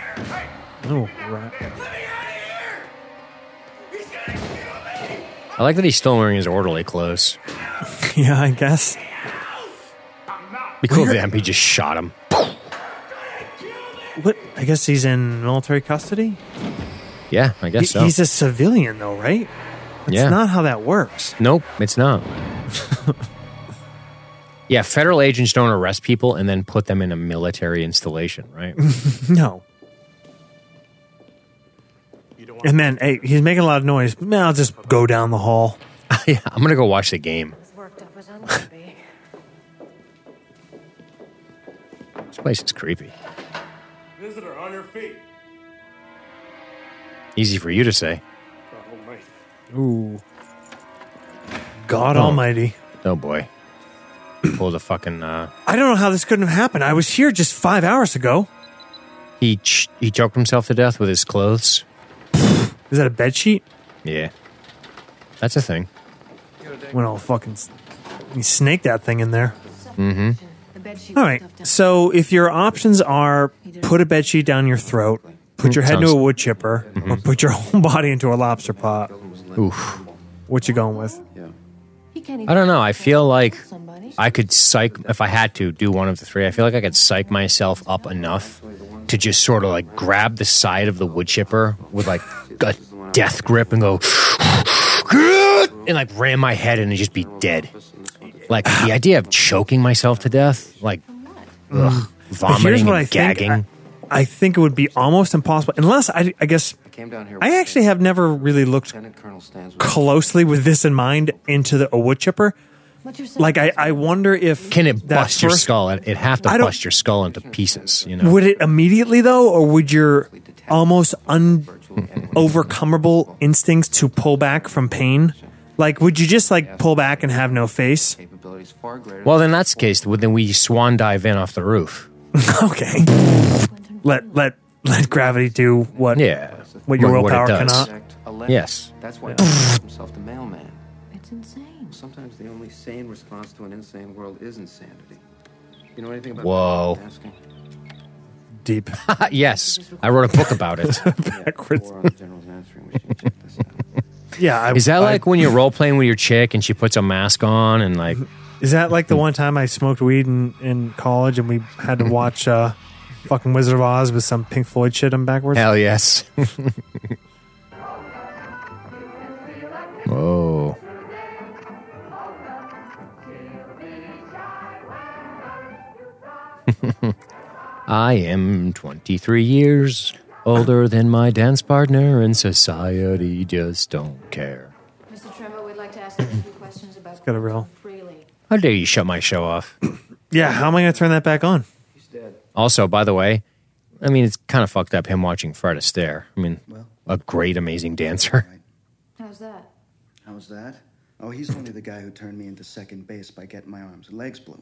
Oh, right. Let me out of here! He's gonna kill me! I like that he's still wearing his orderly clothes. yeah, I guess. Be cool if the MP just shot him. What? I guess he's in military custody. Yeah, I guess so. He- He's a civilian, though, right? That's Yeah. not how that works. Nope, it's not. yeah, federal agents don't arrest people and then put them in a military installation, right? No. And then, hey, he's making a lot of noise. Man, I'll just go down the hall. yeah, I'm gonna go watch the game. I was worked up as unhappy. This place is creepy. Visitor on your feet. Easy for you to say. God almighty. Ooh. God Oh. Almighty. Oh boy, pulled a fucking. Uh, I don't know how this couldn't have happened. I was here just five hours ago. he ch- he choked himself to death with his clothes. Is that a bed sheet? Yeah, that's a thing. Went all fucking. s- He snaked that thing in there. Mm-hmm. The bed sheet All was right. stuffed down. So if your options are put a bed sheet down your throat, put your head into a Hmm. Sounds- Mm-hmm. wood chipper, or put your whole body into a lobster pot, Oof. what you going with? He can't even I don't know. I feel like somebody. I could psych if I had to do one of the three. I feel like I could psych myself up enough to just sort of like grab the side of the wood chipper with like a death grip and go and like ram my head in and just be dead. Like the idea of choking myself to death, like ugh, But vomiting and gagging. Think. I, I think it would be almost impossible, unless I, I guess Came down here. with I actually have never really looked Lieutenant Colonel Stanswood. closely with this in mind into the, a wood chipper. Like I, I wonder if Can it that bust your first- skull? It- It'd have to I don't- bust your skull into pieces, you know? Would it immediately though, or would your almost un Mm-hmm. overcomable instincts to pull back from pain? Like, would you just like pull back and have no face? Well, then that's the case. Well, Then we swan dive in off the roof. okay. Let let let gravity do what yeah. what your What- what it willpower does. cannot. Yes. That's why he calls himself the mailman. It's insane. Sometimes the only sane response to an insane world is insanity. You know anything about Whoa. Asking Deep. Uh, yes. I wrote a book about it. Backwards. on the general's answering machine. Check this out. Yeah. I, Is that I- like when you're role playing with your chick and she puts a mask on and like Is that like the one time I smoked weed in, in college and we had to watch uh, fucking Wizard of Oz with some Pink Floyd shit on backwards? Hell yes. oh. I am 23 years older than my dance partner, and society just don't care. Mr. Tremor, we'd like to ask you a few questions about Got a real. How dare you shut my show off? Yeah. How am I going to turn that back on? Also, by the way, I mean, it's kind of fucked up him watching Fred Astaire. I mean, a great, amazing dancer. How's that? How's that? Oh, he's only the guy who turned me into second base by getting my arms and legs blown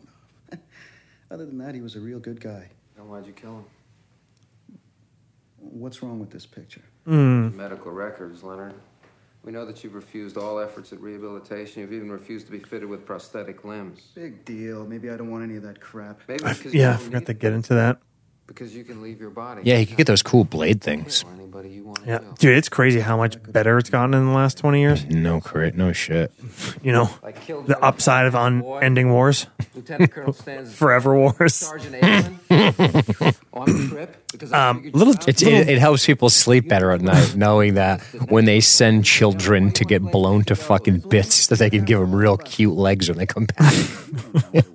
off. Other than that, he was a real good guy. Then why'd you kill him? What's wrong with this picture? Hmm. Medical records, Leonard. We know that you've refused all efforts at rehabilitation. You've even refused to be fitted with prosthetic limbs. Big deal. Maybe I don't want any of that crap. Maybe because Yeah, I you don't forgot need to get into that. because you can leave your body. Yeah, he could get those cool blade things. Yeah, dude, it's crazy how much better it's gotten in the last twenty years. No crit, no shit. You know, the upside of unending wars, Lieutenant Colonel Stan's forever wars. Sergeant Abrams. Oh, I'm a trip because I Um, little, It's, little- it, it helps people sleep better at night knowing that when they send children to get blown to fucking bits, that they can give them real cute legs when they come back.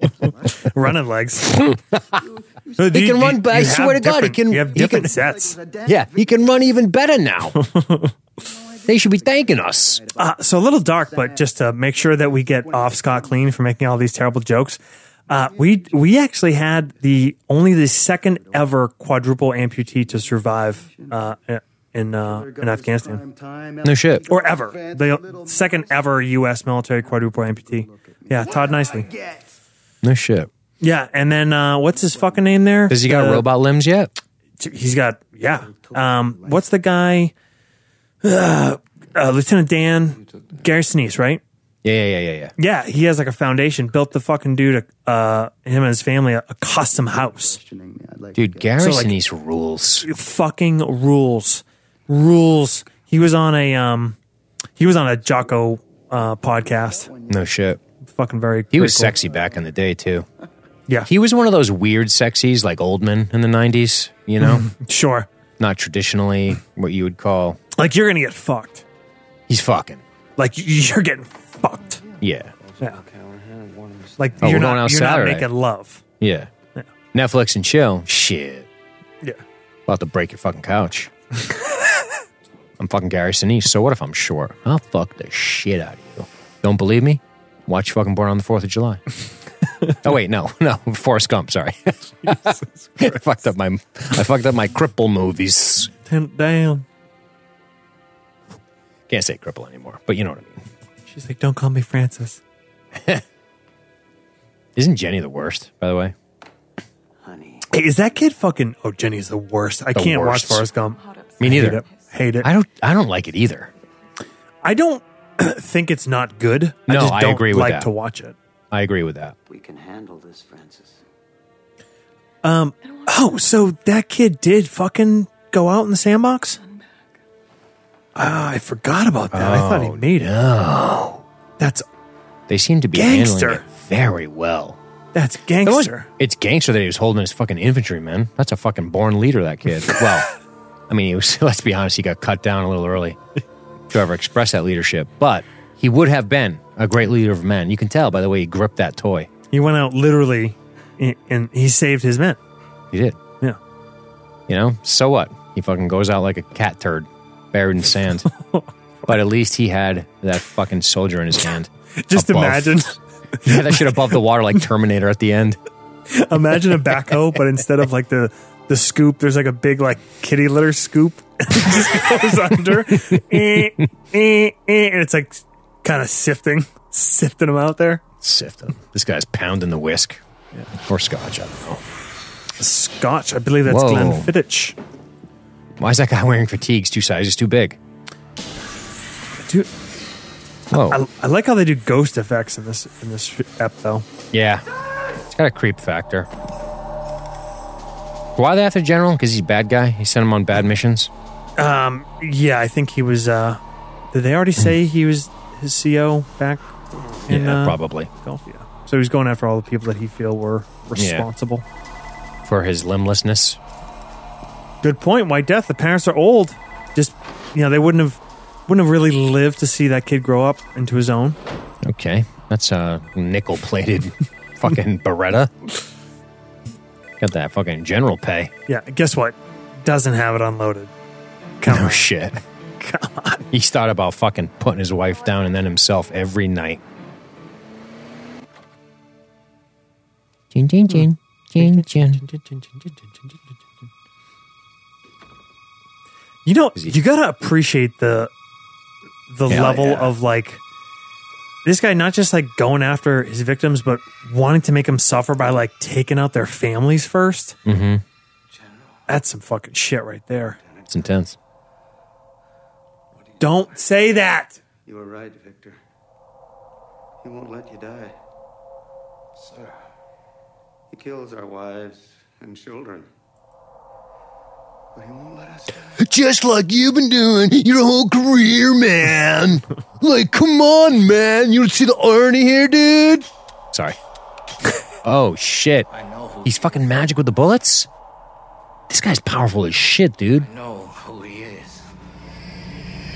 running legs. he can run, but I swear to God, he different- can. You have he different can, sets. Yeah, he can run even better now. they should be thanking us. Uh, so a little dark, but just to make sure that we get off scot clean for making all these terrible jokes, uh, we we actually had the only the second ever quadruple amputee to survive uh, in uh, in Afghanistan. No shit. or ever the second ever U.S. military quadruple amputee. Yeah, Todd Nicely. No shit. Yeah, and then uh, what's his fucking name there? Uh, Does he got The- robot limbs yet? t- He's got yeah. Um, what's the guy? Uh, uh, Lieutenant Dan Gary Sinise, right? Yeah, yeah, yeah, yeah, yeah. Yeah, he has like a foundation. Built the fucking dude, a, uh, him and his family, a, a custom house. Dude, Garrison So, like- these rules. Fucking rules, rules. He was on a um, he was on a Jocko uh, podcast. No shit. Fucking very. He very was cool. sexy back in the day too. Yeah, he was one of those weird sexies like Oldman in the '90s. You know, sure, not traditionally what you would call. Like you're gonna get fucked. He's fucking. Like y- you're getting fucked. Yeah, Yeah. Like Oh, you're we're going not out you're Saturday. not making love. yeah. Netflix and chill. Shit. Yeah. About to break your fucking couch. I'm fucking Gary Sinise. So what if I'm short? I'll fuck the shit out of you. Don't believe me? Watch fucking Born on the Fourth of July. oh wait, no, no, Forrest Gump. Sorry, I fucked up my I fucked up my cripple movies. Damn, damn. Can't say cripple anymore, but you know what I mean. She's like, don't call me Francis. Isn't Jenny the worst? By the way, Hey, is that kid fucking? Oh, Jenny's the worst. I The can't worst. watch Forrest Gump. Me Hate neither. it. Hate it. I don't. I don't like it either. I don't think it's not good. I No, just I don't agree with like that. to watch it. I agree with that. We can handle this, Francis. Um. Oh, so that kid did fucking go out in the sandbox. Ah, I forgot about that. I thought he Oh, made it. no. That's They seem to be Gangster. handling it very well. that's That was- gangster. it's gangster that he was holding his fucking infantry, man. That's a fucking born leader, that kid. well, I mean, he was, let's be honest, he got cut down a little early to ever express that leadership. But he would have been a great leader of men. You can tell by the way he gripped that toy. He went out literally, and- and he saved his men. He did. Yeah. You know, so what? He fucking goes out like a cat turd, buried in sand. but at least he had that fucking soldier in his hand. Just Above. imagine Yeah, that should above the water like Terminator at the end. Imagine a backhoe, but instead of like the the scoop, there's like a big like kitty litter scoop. it just goes under, Eh, eh, eh, and it's like kind of sifting, sifting them out there. Sifting. them. This guy's pounding the whisk. Or scotch, I don't know. Scotch, I believe that's Whoa. Glenfiddich. Why is that guy wearing fatigues two sizes too big? Dude, Whoa. I, I like how they do ghost effects in this in this app though. Yeah. It's got a creep factor. Why they after General? Because he's a bad guy? He sent him on bad missions? Um, yeah, I think he was. Uh, did they already say he was his CO back? In, yeah, uh, probably. Gulf, yeah. So he's going after all the people that he feel were responsible. For his limblessness. Good point. White Death. The parents are old. Just you know, they wouldn't have wouldn't have really lived to see that kid grow up into his own. Okay. That's a nickel plated fucking Beretta. Got that fucking general pay. Yeah. Guess what? Doesn't have it unloaded. no Oh, shit. Come on. He's thought about fucking putting his wife down and then himself every night. Chin, chin, chin. Chin, chin. You know, you gotta appreciate the the Hell level yeah. of like this guy not just like going after his victims, but wanting to make them suffer by like taking out their families first. Mm-hmm. That's some fucking shit right there. It's intense. Don't say that. You were right, Victor. He won't let you die. Sir. He kills our wives and children. But he won't let us. Just like you've been doing your whole career, man. like, come on, man. You don't see the irony here, dude? Sorry. oh shit. He's fucking magic with the bullets? This guy's powerful as shit, dude. Know who he is.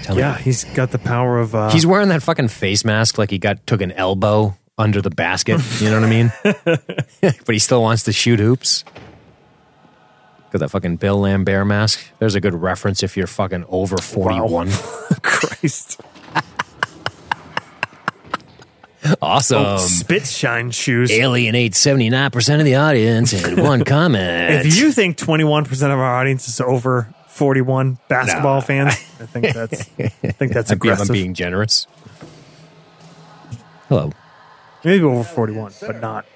Tell me. yeah, he's got the power of. Uh, He's wearing that fucking face mask like he got took an elbow under the basket, you know what I mean? but he still wants to shoot hoops. Got that fucking Bill Lambert mask. There's a good reference if you're fucking over 41. Christ. Awesome. Oh, spit shine shoes. Alienate 79% of the audience and one comment. If you think twenty one percent of our audience is over forty one basketball fans, I think that's I think that's I'd be- aggressive. I'm being generous. Hello. Maybe over forty one, but not.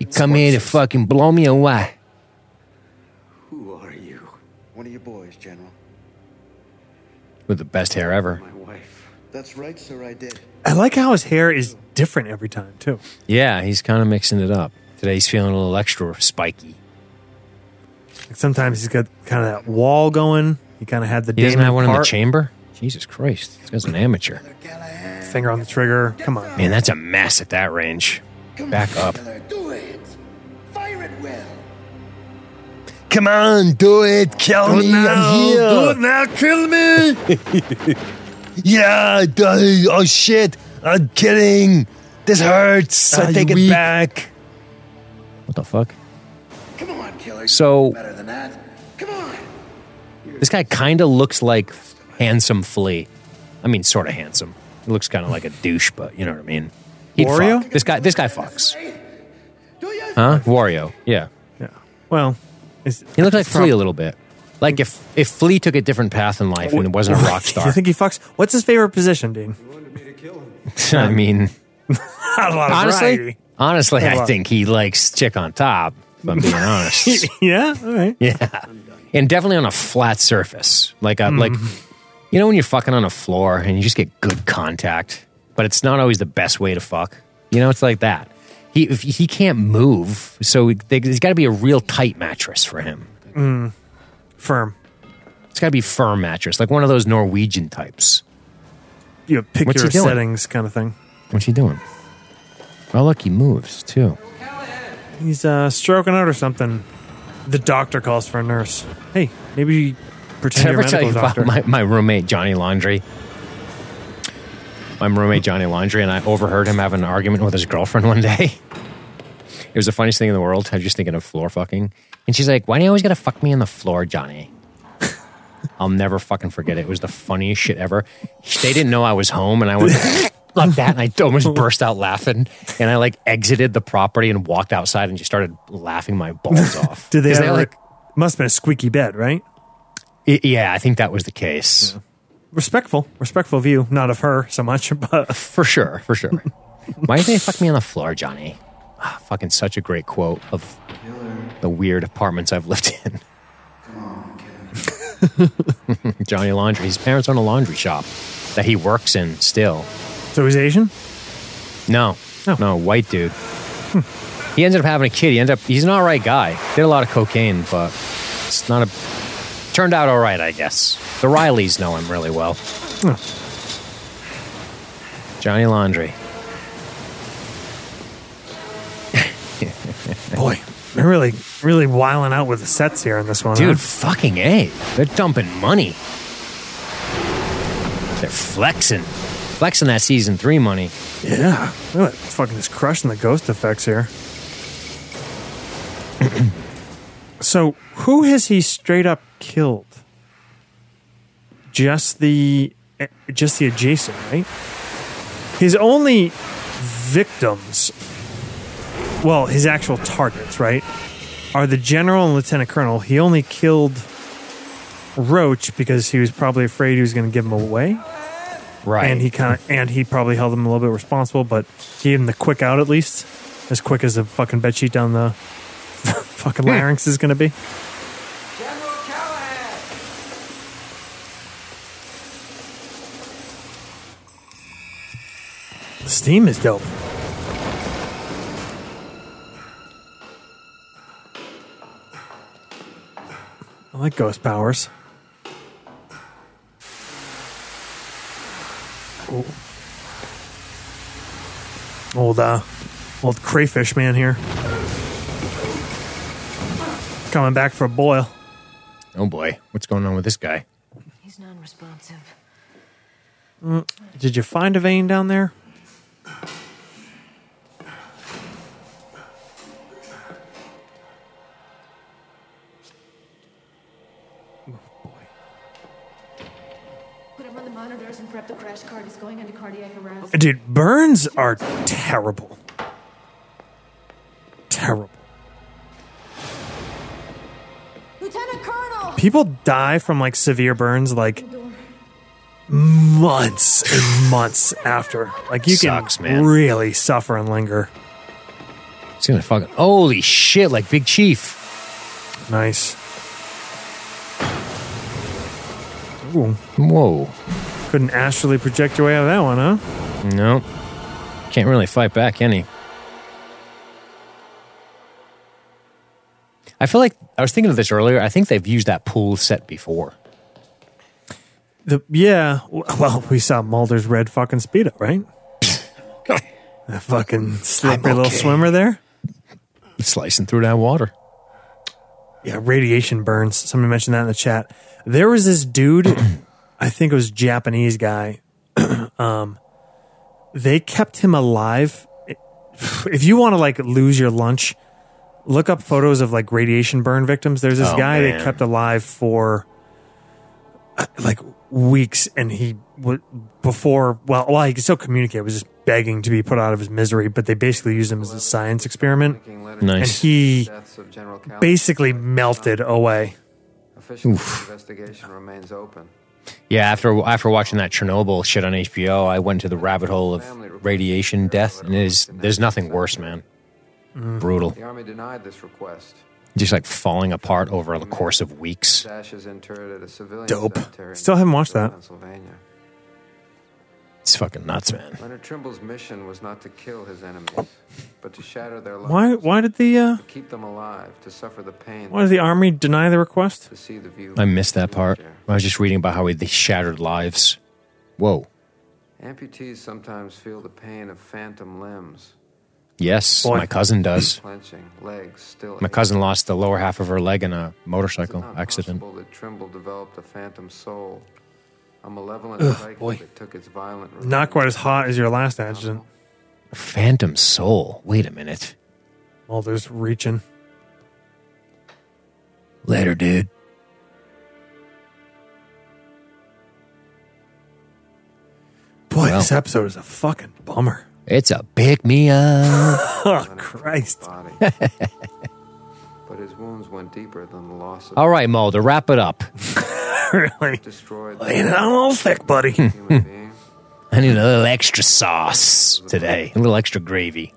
You come here to fucking blow me away. Who are you? One of your boys, General. With the best hair ever. That's right, sir. I did. I like how his hair is different every time too. Yeah, he's kind of mixing it up. Today he's feeling a little extra spiky. Like sometimes he's got kind of that wall going. He kind of had the He doesn't Damon have one in the Park chamber? Jesus Christ. This guy's an amateur. finger on the trigger. Come on, Man, that's a mess at that range. Back up. Do it. Fire it well. Come on, do it. Kill Do it me. now. I'm here. Do it now. Kill me. yeah. duh. Oh, shit. I'm kidding. This hurts. Are I you take it weak? back. What the fuck? So this guy kind of looks like handsome flea. I mean, sort of handsome. He looks kind of like a douche, but you know what I mean. He'd Wario? fuck. This guy. This guy fucks. Huh? Wario. Yeah. Yeah. Well, he looked like Flea a little bit. Like if if Flea took a different path in life and wasn't a rock You star. think he fucks? What's his favorite position, Dean? I mean, Not a lot of honestly, variety. honestly, Not a I lot. think he likes chick on top. If I'm being honest. yeah. All right. Yeah. And definitely on a flat surface. Like a, Mm. like you know when you're fucking on a floor and you just get good contact, but it's not always the best way to fuck. You know, it's like that. He if he can't move, so they, there's got to be a real tight mattress for him. Mm. Firm. It's got to be firm mattress, like one of those Norwegian types. You pick What's your he doing? settings, kind of thing. What's he doing? Oh, look, he moves too. He's uh, stroking out or something. The doctor calls for a nurse. Hey, maybe you Did pretend I you're a ever tell medical you doctor. about my, my roommate Johnny Laundry? My roommate Johnny Laundry and I overheard him having an argument with his girlfriend one day. It was the funniest thing in the world. I was just thinking of floor fucking. And she's like, Why do you always gotta fuck me on the floor, Johnny? I'll never fucking forget it. It was the funniest shit ever. They didn't know I was home and I went like that. And I almost burst out laughing. And I like exited the property and walked outside and just started laughing my balls off. Did they 'Cause ever- like? Must have been a squeaky bed, right? I- yeah, I think that was the case. Respectful, respectful view, not of her so much, but for sure, for sure. Why did they fuck me on the floor, Johnny? Ah, fucking such a great quote of the weird apartments I've lived in. Johnny Laundry. His parents own a laundry shop that he works in still. So he's Asian? No, no, Hmm. white dude. He ended up having a kid. He ended up. He's an all right guy. Did a lot of cocaine, but it's not a. Turned out all right, I guess. The Rileys know him really well. Hmm. Huh. Johnny Laundry. Boy, they're really, really wiling out with the sets here in this one, Dude, Huh? fucking A. They're dumping money. They're flexing. Flexing that season three money. Yeah, look at that fucking just crushing the ghost effects here. so, who has he straight up killed? Just the, eh, just the adjacent, right? His only victims, well, his actual targets, right, are the general and lieutenant colonel. He only killed Roach because he was probably afraid he was going to give him away. Right. And he kind of and he probably held him a little bit responsible, but he gave him the quick out at least, as quick as a fucking bed sheet down the fucking larynx is going to be. The steam is dope. I like ghost powers. Oh. Old uh old crayfish man here. Coming back for a boil. Oh boy, what's going on with this guy? He's non-responsive. Mm, Did you find a vein down there? Put him on the monitors and prep the crash card. He's going into cardiac arrest. Dude, burns are terrible. Terrible. Lieutenant Colonel! People die from like severe burns like months and months after. Like you Sucks, can man. really suffer and linger. It's gonna fucking. Holy shit, like Big Chief. Nice. Ooh. Whoa. Couldn't astrally project your way out of that one, huh? No. Can't really fight back, can he? I feel like I was thinking of this earlier. I think they've used that pool set before. The yeah. w- Well, we saw Mulder's red fucking speedo, right? That fucking slippery little okay. swimmer there. Slicing through that water. Yeah, radiation burns. Somebody mentioned that in the chat. There was this dude, I think it was Japanese guy. um, they kept him alive. If you want to like lose your lunch, look up photos of like radiation burn victims. There's this Oh, guy they man. kept alive for uh, like weeks, and he w- before well, well, he could still communicate. Was just begging to be put out of his misery, but they basically used him as a science experiment. And Nice. he Deaths of General Calvin. basically melted away. Official investigation remains open. Yeah, after after watching that Chernobyl shit on HBO, I went to the rabbit hole of radiation death, and it is there's nothing worse, man. Brutal. The Army denied this request. Just like falling apart over the course of weeks. Ashes interred at a civilian Dope. cemetery in Still haven't watched that. Pennsylvania. It's fucking nuts, man. Leonard Trimble's mission was not to kill his enemies, but to shatter their lives. Why? Why did the uh, To keep them alive, to suffer the pain. Why did the army deny the request? To see the view. I missed that part. I was just reading about how they shattered lives. Whoa. Amputees sometimes feel the pain of phantom limbs. Yes, my cousin does. Clenching, legs still. My cousin lost the lower half of her leg in a motorcycle accident. possible that Trimble developed a phantom soul, a malevolent Ugh, psyche boy. that took its violent. Not quite as hot as your last adjutant. Phantom soul. Wait a minute. Mulder's reaching. Later, dude. Boy, This episode is a fucking bummer. It's a pick me up. Oh, Christ. But his wounds went deeper than the loss of All right, Mulder, wrap it up. really? Destroyed Lay down all thick, buddy. Hmm. I need a little extra sauce today, a little extra gravy.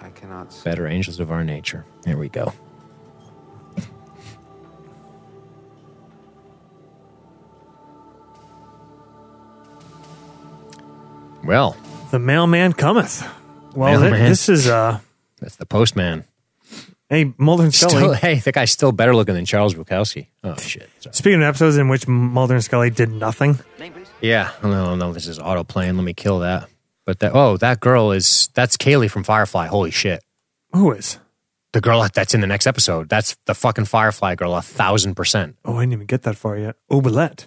I cannot see. Better angels of our nature. There we go. Well, the mailman cometh. Well, thi- Mailman. this is uh, that's the postman. hey Mulder and Scully. Still, hey, that guy's still better looking than Charles Bukowski. Oh shit! Speaking of episodes in which Mulder and Scully did nothing, Yeah, no, no, this is auto playing. Let me kill that. But that, oh, that girl is that's Kaylee from Firefly. Holy shit! who is? The girl that's in the next episode. That's the fucking Firefly girl, a thousand percent. Oh, I didn't even get that far yet. Obelet.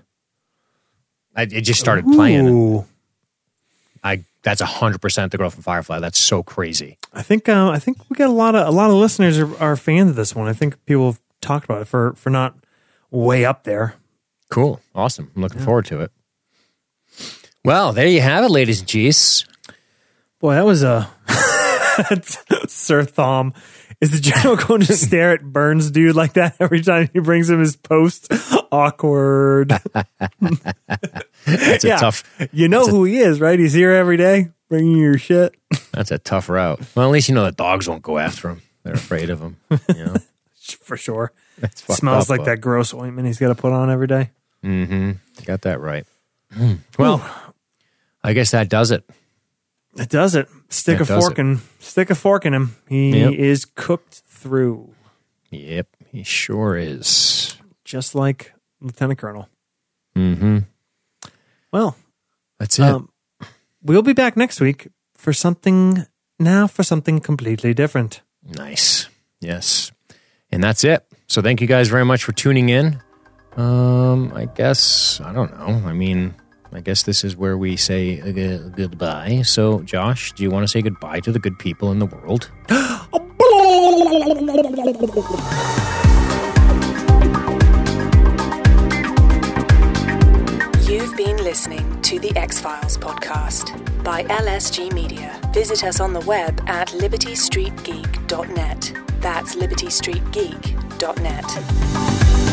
I, it just started playing. Ooh. I that's a hundred percent the girl from Firefly. That's so crazy. I think uh, I think we got a lot of a lot of listeners are, are fans of this one. I think people have talked about it for for not way up there. Cool, awesome. I'm looking forward to it. Well, there you have it, ladies and geese. Boy, that was a Sir Thom. Is the general going to stare at Burns dude like that every time he brings him his post? Awkward. That's a Yeah. tough. You know who he is, right? He's here every day bringing you your shit. That's a tough route. Well, at least you know that dogs won't go after him. They're afraid of him. You know, for sure. That's fucked Smells up, like but- that gross ointment he's got to put on every day. Mm-hmm. Got that right. Well, I guess that does it. It does it. Stick It a does fork it. in. Stick a fork in him. He Yep. is cooked through, Yep, he sure is. just like Lieutenant Colonel. Mm-hmm. Well, That's it. we'll be back next week for something. Now for something completely different. Nice. Yes. And that's it. So thank you guys very much for tuning in. Um, I guess I don't know. I mean, I guess this is where we say uh, g- goodbye. So, Josh, do you want to say goodbye to the good people in the world? You've been listening to the X Files podcast by LSG Media. Visit us on the web at libertystreetgeek.net. That's libertystreetgeek.net.